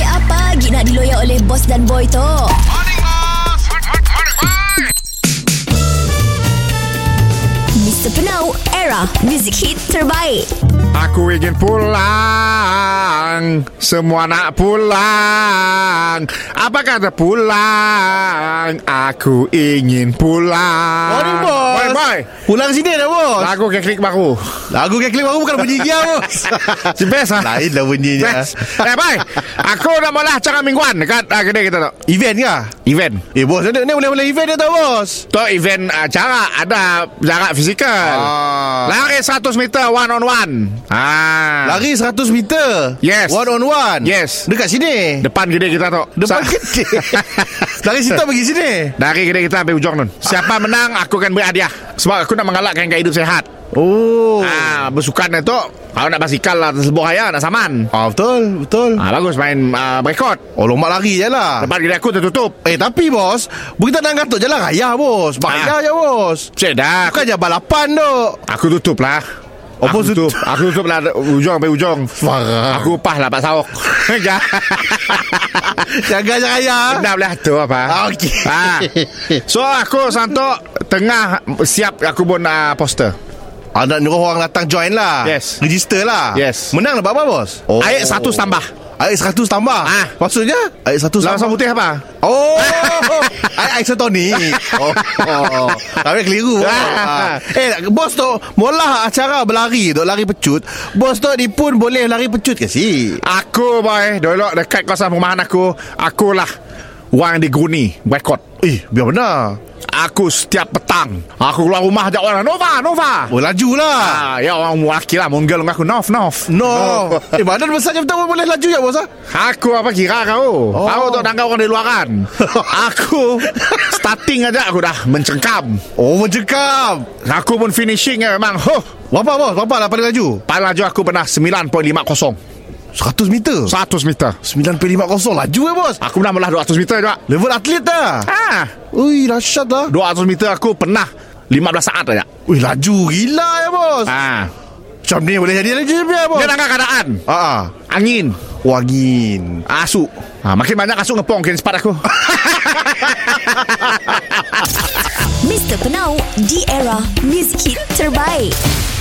lagi nak diloyak oleh bos dan boy tu? Mr. Penau, era music hit terbaik. Aku ingin pulang Semua nak pulang Apa kata pulang Aku ingin pulang Morning bos Morning boy Pulang sini dah bos Lagu keklik baru Lagu kek klik baru bukan bunyi dia bos Si best lah Lain lah bunyinya Best Eh boy Aku nak mula acara mingguan Dekat uh, kedai kita tu Event kah? Event Eh bos ni ni boleh-boleh event dia tau bos Tu event acara Ada jarak fizikal Ah. Lari 100 meter one on one ah. Lari 100 meter Yes. One on one Yes. Dekat sini Depan kedai kita tu Depan Sa- gede Lari situ pergi sini Dari kedai kita sampai ujung nun Siapa menang Aku akan beri hadiah Sebab aku nak mengalakkan gaya hidup sehat Oh Ah, bersukan itu Kalau nak basikal lah Tersebut raya Nak saman Ah betul Betul ah, Bagus main ah, Berikot Oh lompat lari je lah Depan kedai aku tertutup Eh tapi bos Bukit nak angkat tu jalan raya bos Bahaya Ah. je bos Cik dah aku, Bukan je balapan tu aku tutup lah Apa aku tutup? tutup Aku tutup lah Ujung sampai ujung Farah. Aku upah lah Pak Saok Jaga je raya Dah boleh atur apa Ah, okey. ah. So aku santok Tengah Siap aku pun ah, poster Ah, nak nyuruh orang datang join lah Yes. Register lah Yes. Menang dapat apa bos? oh. Ayat satu tambah Air 100 tambah Ah. Maksudnya Air 100 Langsung tambah putih apa Oh Air isotonik Oh, oh. Tapi keliru Ah. ah. Eh bos tu Mula acara berlari tu Lari pecut Bos tu ni pun boleh lari pecut ke si Aku boy Dulu dekat kawasan perumahan aku Akulah Orang yang diguni Rekod Eh biar benar Aku setiap petang Aku keluar rumah ajak orang Nova Nova Oh laju lah ah, Ya orang lelaki lah Monggol dengan aku Nov Nov No Eh badan besarnya betul boleh laju ya bos ah? Aku apa kira kau oh. Kau tak dangkau orang di luaran Aku Starting aja aku dah Mencengkam Oh mencekam Aku pun finishing ya memang Huh Berapa bos? Berapa lah paling laju? Paling laju aku pernah 9.50 100 meter 100 meter 9.50 laju eh bos Aku pernah melah 200 meter juga Level atlet dah Ah, Ui dahsyat dah 200 meter aku pernah 15 saat aja Ui laju gila ya bos Ah, Macam ni boleh jadi laju je bos Dia tangga keadaan Ah, ah. Angin Wangin Asuk ha, Makin banyak asuk ngepong Kena cepat aku Mr. Penau, di era music hit terbaik.